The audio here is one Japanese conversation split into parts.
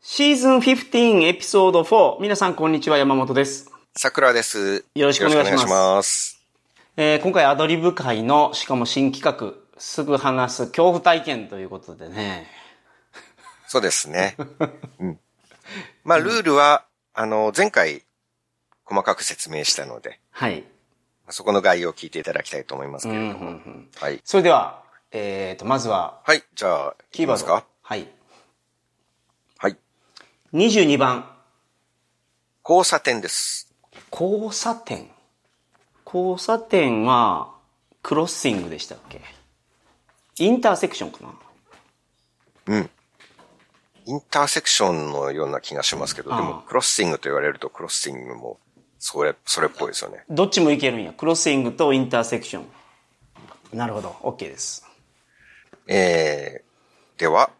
シーズン15エピソード4。皆さんこんにちは、山本です。桜です。よろしくお願いしますよろくお願いします。えー今回アドリブ会の、しかも新企画、すぐ話す恐怖体験ということでね。そうですね。 うん。まあ、ルールは、あの、前回、細かく説明したので、はい。そこの概要を聞いていただきたいと思いますけうんうれんうども。んはい。それでは、えーと、まずは、はい、じゃあ、キーいきワまーすドか。はい。はい。 22番、交差点です。交差点。交差点は、クロッシングでしたっけインターセクションかなインターセクションのような気がしますけど、であも、クロッシングと言われると、クロッシングも、それ、それっぽいですよね。どっちもいけるんや。クロッシングとインターセクション。なるほど。OK です。えー、では、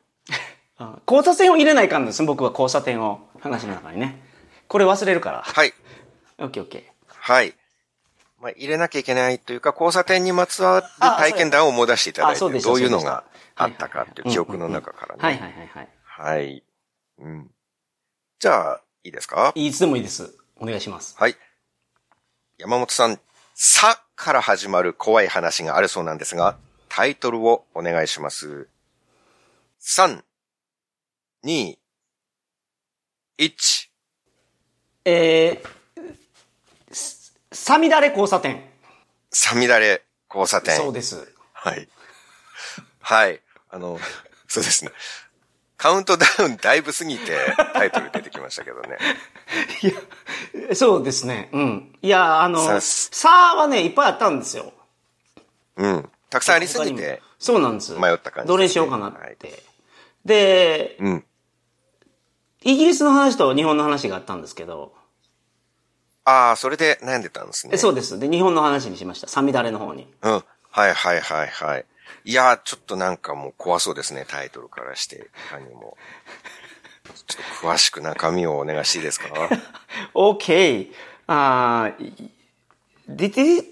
あ交差点を入れないかんです。僕は交差点を話の中にね。これ忘れるから。はい。 OK、OK。はい。まあ、入れなきゃいけないというか、交差点にまつわる体験談を思い出していただあいそうでて、したどういうそうでのしたがあったかっていう記憶の中からね。はいはいはいはい。はい。うん。じゃあ、いいですかいつでもいいです。お願いします。はい。山本さん、さから始まる怖い話があるそうなんですが、タイトルをお願いします。3、2、1。えーすさみだれ交差点。さみだれ交差点。そうです。はい。はい。あの、そうですね。カウントダウンだいぶ過ぎてタイトル出てきましたけどね。えそうですね。うん。いや、あの、ささあはね、いっぱいあったんですよ。うん。たくさんありすぎて。そうなんです。迷った感じですねどれにしようかなって。で、うん。イギリスの話と日本の話があったんですけど、ああ、それで悩んでたんですね。えそうです。で、日本の話にしました。サミダレの方に。うん。はいはいはいはい。いやー、ちょっとなんかもう怖そうですね、タイトルからして。他にも。ちょっと詳しく中身をお願いしていいですか Okay. Uh, did it,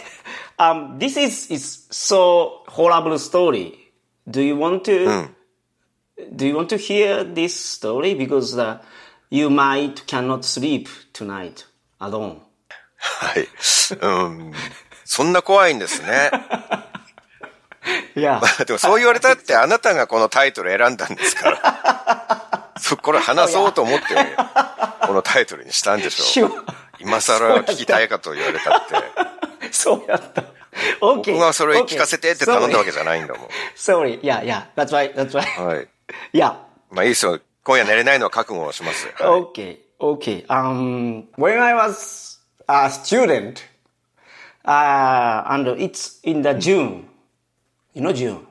um, this is, is so horrible story. Do you want to, do you want to hear this story? Because uh, you might cannot sleep tonight alone. はい。うん。そんな怖いんですね。 Yeah. でもそう言われたってあなたがこのタイトル選んだんですから。 そこれ話そうと思って、このタイトルにしたん でしょ う。今更は聞きたいかと言われたって。 そうやった。そうやった。Okay. 僕がそれ聞かせてって頼んだわけ Sorry. じゃないんだも Sorry. Yeah, yeah. That's right. That's right. ん。はい。 Yeah. まあいいですよ。今夜寝れないのは覚悟をします。はい Okay, okay. Um, when I was a student, uh, and it's in the Hmm. June, you know June.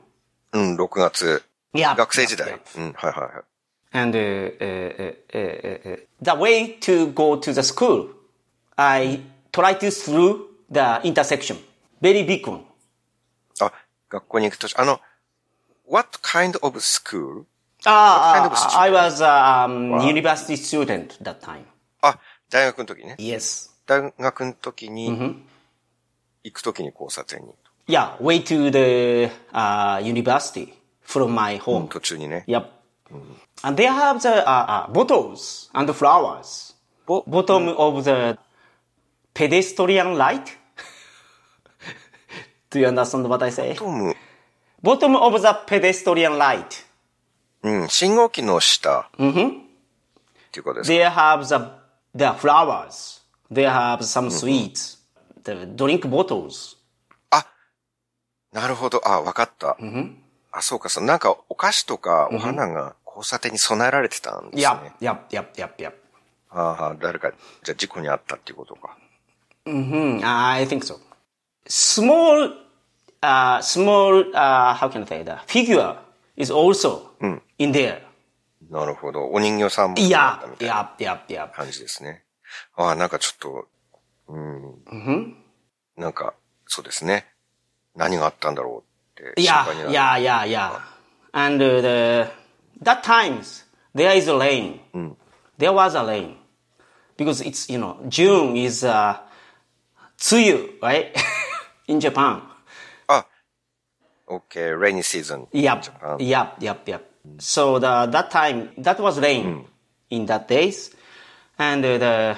うん、6月。 Yeah. 学生時代。うん、はいはいはい。 And uh, uh, uh, uh, uh, the way to go to the school, I try to through the intersection, very big one. あ、学校に行くとあの、What kind of school? kind Ah, of ah, student? I was um, university student that time. あ、大学の時ね。 Yes. 大学の時に、行く時に交差点に。 Yeah, way to the uh, university from my home. 途中にね。 Yep. And they have the uh, uh, bottles and the flowers. Bo- Bottom of the pedestrian light. Do you understand what I say? トム、 Bottom of the pedestrian light. うん、信号機の下。っていうことです。 They have the, the flowers. They have some Mm-hmm. sweets. The drink bottles. あ、なるほど。あ、わかった。あ、そうか、そう。なんか、お菓子とかお花が交差点に備えられてたんです Yep, ね。 yep, yep, yep, yep. ああ、誰か、じゃあ事故にあったっていうことか。 Mm, I think so. Small, uh, small, uh, how can I say that? Figure is also Hmm. in there. なるほど。お人形さんも。いやみ、いたいなや、いや、いや。感じですね。ああ、なんかちょっと、うん。なんか、そうですね。何があったんだろうってい心や配にな、る。いや、いや、いや。And uh, the, that times, there is a rain. There was a rain. Because it's, you know, June is, uh, 梅雨, right? In Japan. あ、OK, rainy season. Yep, Japan. yep, yep, yep. So the, that time, that was rain in that days. And uh, the,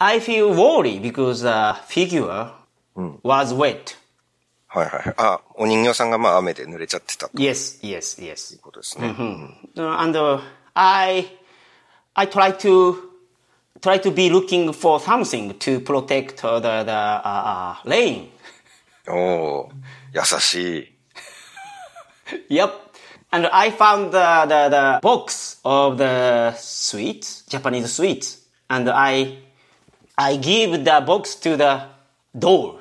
I feel worried because the figure was wet. はいはいはい。あ、お人形さんがまあ雨で濡れちゃってたという Yes, yes, yes. ことですね。 Uh, and uh, I, I try to, try to be looking for something to protect uh, the, the uh, uh, rain. おー優しい。 Yep. And I found the, the, the box of the sweets, Japanese sweets. And I, I give the box to the door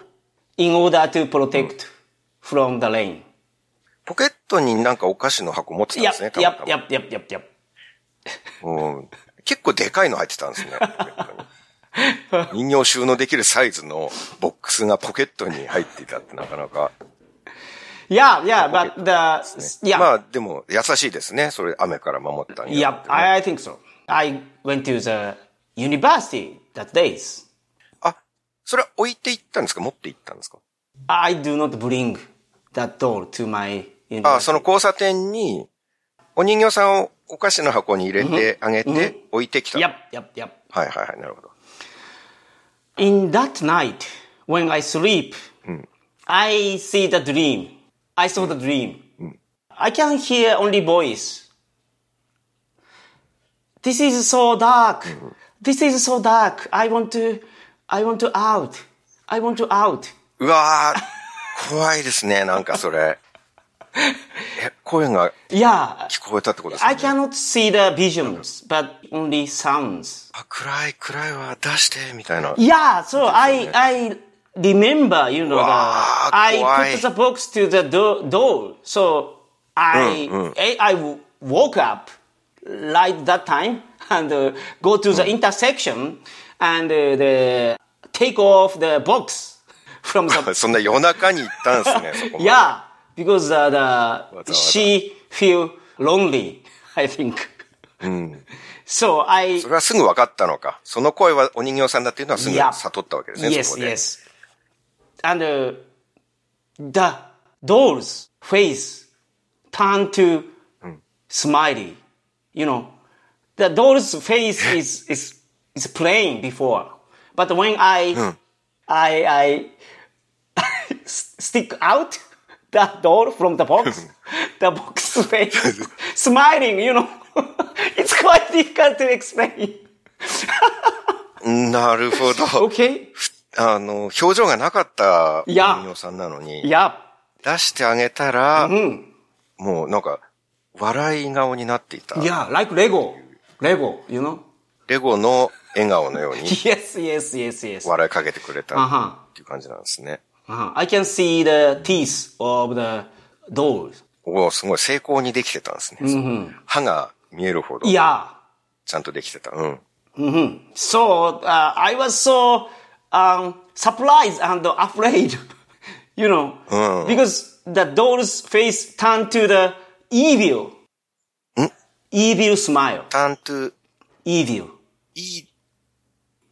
in order to protect from the rain. ポケットになんかお菓子の箱持ってたんで Yep, すね、たま yep, たま yep, yep, yep, yep. うん結構でかいの入ってたんですね。ポケットに人形収納できるサイズのボックスがポケットに入っていたってなかなか。 Yeah, yeah, but the, yeah, まあでも優しいですね。それ雨から守ったには yep, I, I think so. I went to the university that days. あ、それは置いていったんですか持っていったんですか I do not bring that door to my あ、 university. その交差点にお人形さんをお菓子の箱に入れてあげて置いてきた。 Yep, yep, yep. はいはいはい、なるほど。 In that night, when I sleep, I see the dream. I saw the dream. I can hear only voice. This is so dark. This is so dark. I want to, I want to out. I want to out. うわー、怖いですね、 なんかそれ。え、声が Yeah, 聞こえたってことですか、 I ね、 cannot see the visions, but only sounds. あ、暗い、暗いわ、出して、みたいな。 Yeah, so I, I remember, you know, the, Wow, I why? put the box to the do- door. So I, I, I w- woke up like that time and uh, go to the intersection and uh, the, take off the box from the, そんな夜中に行ったん ですね、そこまで yeah, because uh, the, what's she feel lonely, I think. So I, それはすぐ分かったのか。その声はお人形さんだっていうのはすぐ Yeah. 悟ったわけですね、そ Yes, こで。 yes. And uh, the doll's face turned to smiley. You know, the doll's face is is is plain before, but when I I I stick out the doll from the box, the box face smiling. You know, it's quite difficult to explain. なるほど。 Okay. あの、表情がなかったお Yeah. 人形さんなのに、 Yeah. 出してあげたら、もうなんか、笑い顔になっていた。 Yeah, like Lego. Lego, you know? レゴの笑顔の ように Yes, yes, yes, yes. Uh 笑いかけてくれたっ huh. ていう感じなんですね。 Uh-huh. I can see the teeth of the dolls. おおすごい、成功にできてたんですね。歯が見えるほど、ち Yeah. ゃんとできてた。うん。 So uh, I was so um, surprised and afraid, you know, because the doll's face turned to the evil, evil smile, ターントゥ evil. いい、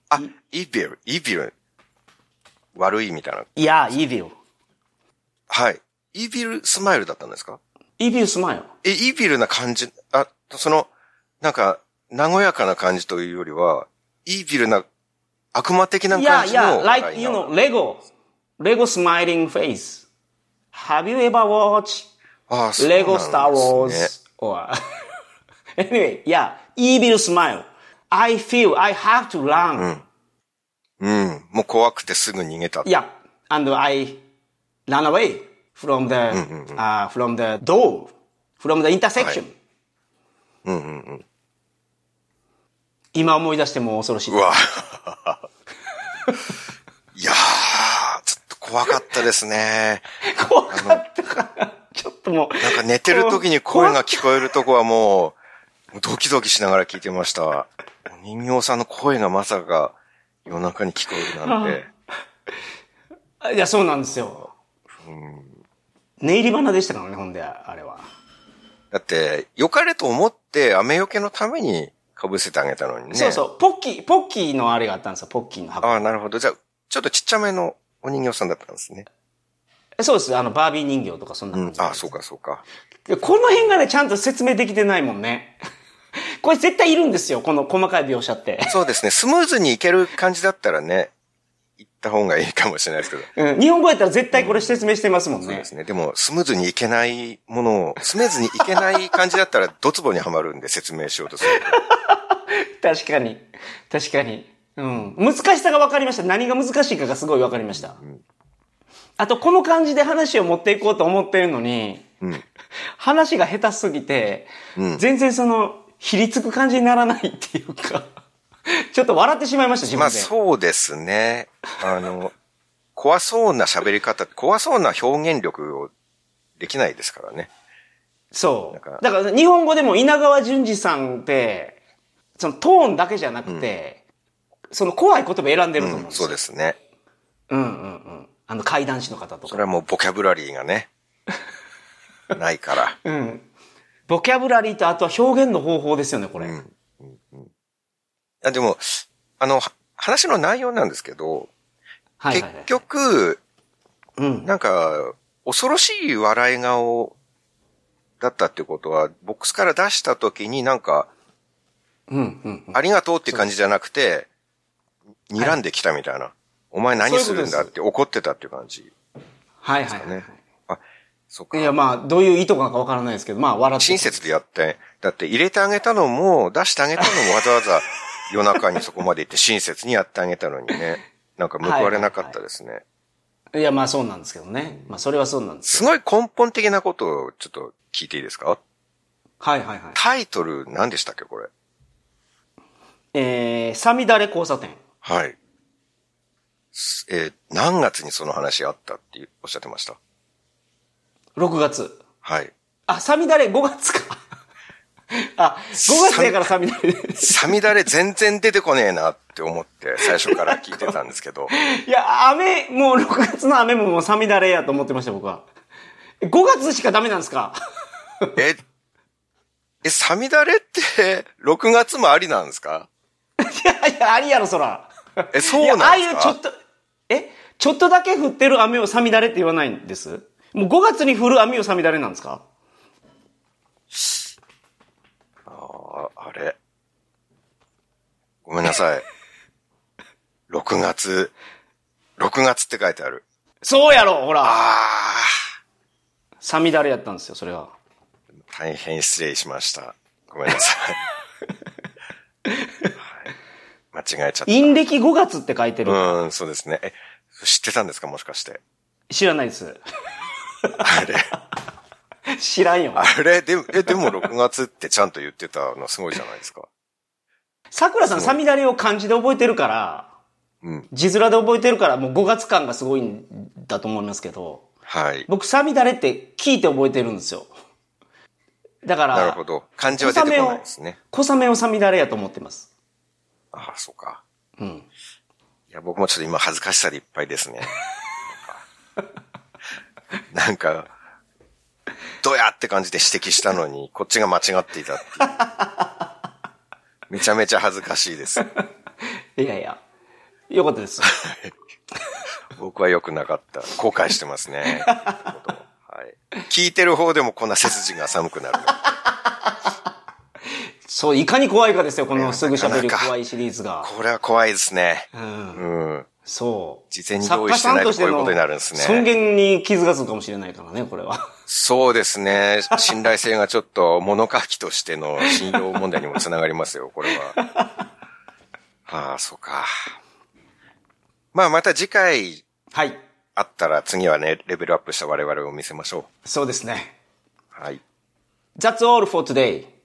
あ、イビル、イビル。悪いみたいな。 Yeah, evil, はい。イビルスマイルだったんですか evil smile. え、イビルな感じ、あ、その、なんか、和やかな感じというよりは、イビルな、悪魔的な Yeah, 感じの yeah, 笑 like い you な know, Lego, Lego smiling face. Have you ever watched ああ、そうなん Lego Star です Wars or anyway? Yeah, evil smile. I feel I have to run. ねうん。もう怖くてすぐ逃げた。 Yeah, and I run away from the uh, from the door, from the intersection. 今思い出しても恐ろしい。うわ。いやー、ちょっと怖かったですね。怖かった から、ちょっともう。なんか寝てる時に声が聞こえるとこはもう、もうドキドキしながら聞いてました。お人形さんの声がまさか夜中に聞こえるなんて。いや、そうなんですよ。寝入り花でしたからね、ほんで、あれは。だって、良かれと思って雨よけのために被せてあげたのにね。そうそう、ポッキー、ポッキーのあれがあったんですよ、ポッキーの箱。ああ、なるほど。じゃあ、ちょっとちっちゃめのお人形さんだったんですね。えそうです、あの、バービー人形とかそんなう感んじ。ああ、そうかそうか。でこの辺がね、ちゃんと説明できてないもんね。 これ絶対いるんですよ、この細かい描写って。そうですね。スムーズにいける感じだったらね、行った方がいいかもしれないですけど。うん、日本語やったら絶対これ説明してますもんそうねで。すね。でも、スムーズにいけないものを、スムーズにいけない感じだったら、ドツボにはまるんで説明しようとする確かに。確かに。うん。難しさが分かりました。何が難しいかがすごい分かりました。あと、この感じで話を持っていこうと思ってるのに、と。うん。話が下手すぎて、うん全然その、ひりつく感じにならないっていうか、 ちょっと笑ってしまいました、自まあ分で。そうですね。あの、怖そうな喋り方、怖そうな表現力をできないですからね。そう。なんかだから日本語でも稲川淳二さんって、そのトーンだけじゃなくて、その怖い言葉選んでるうと思うんん、ですよ。そうですね。うんうんうん。あの怪談師の方とそか。れはもうボキャブラリー がね、ないから。うん。ボキャブラリーとあとは表現の方法ですよね、これ。うんあでも、あの、は話の内容なんですけど、はいはいはい。結局、うん。なんか、恐ろしい笑い顔だったってことは、ボックスから出した時になんか、うんうんうん。ありがとうっていう感じじゃなくて、睨んできたみたいな。お前何するんそういうだっことて怒ってたっていう感じ。はいはいはいね。あ、そっいや、か。まあ、どういう意図かわからないですけど、まあ、笑って。親切でやって、だって入れてあげたのも、出してあげたのもわざ わざ夜中にそこまで行って親切にやってあげたのにね。なんか報われなかったですね。いや、まあ、そうなんですけどね。まあ、それはそうなんです。すごい根本的なことをちょっと聞いていいですかはいはいはい。タイトル何でしたっけこれ。えー、さみだれ交差点。はい。すえー何月にその話あったっておっしゃってました。 6月。はい。あ、さみだれ5月か。 あ、5月だからさみだれ。サミダレ全然出てこねえなって思って、最初から聞いてたんですけ ど。いや、雨、もう6月の雨ももうさみだれやと思ってました、僕は。5月しかダメなんですか え、え、サミダレって、6月もありなんですかいやいや、ありやろ、そら。え、そういや、あなあんでいすうかちょっと、えちょっとだけ降ってる雨をさみだれって言わないんですもう5月に降る雨をさみだれなんですかああれ。ごめんな さい。6月、6月って書いてある。そうやろ、ほら。あさみだれやったんですよ、それは。ー、大変失礼しました。ごめんなさい。はい間違えちゃった。陰暦5月って書いてる。うーん、そうですね。え、知ってたんですかもしかして。知らないです。 あれ。知らんよ。あれでも、え、でも6月ってちゃんと言ってたのすごいじゃないですか。桜さん、さみだれを漢字で覚えてるから、うん。字面で覚えてるから、もう5月感がすごいんだと思いますけど、はい。僕、さみだれって聞いて覚えてるんですよ。だから、なるほど。漢字は出てこないですね。小雨をさみだれやと思ってます。ああ、そうか。うん。いや、僕もちょっと今恥ずかしさでいっぱいですね。なんか、どやって感じで指摘したのに、こっちが間違っていたっていう。めちゃめちゃ恥ずかしいです。いやいや、よかった です。僕は良くなかった。後悔してますね。はい、聞いてる方でもこんな背筋が寒くなる。そう、いかに怖いかですよ、こいのやすぐ喋るなかなか怖いシリーズが。これは怖いですね。うん。うん。そう。事前に用意してないとこういうことになるんですね作家さんとしての尊厳に傷がつくかもしれないからね、これは。そうですね。信頼性がちょっと物書きとしての信用問題にもつながりますよ、これは。ああ、そうか。まあまた次回はい。あったら次はね、レベルアップした我々を見せましょう。そうですね。はい。 That's all for today.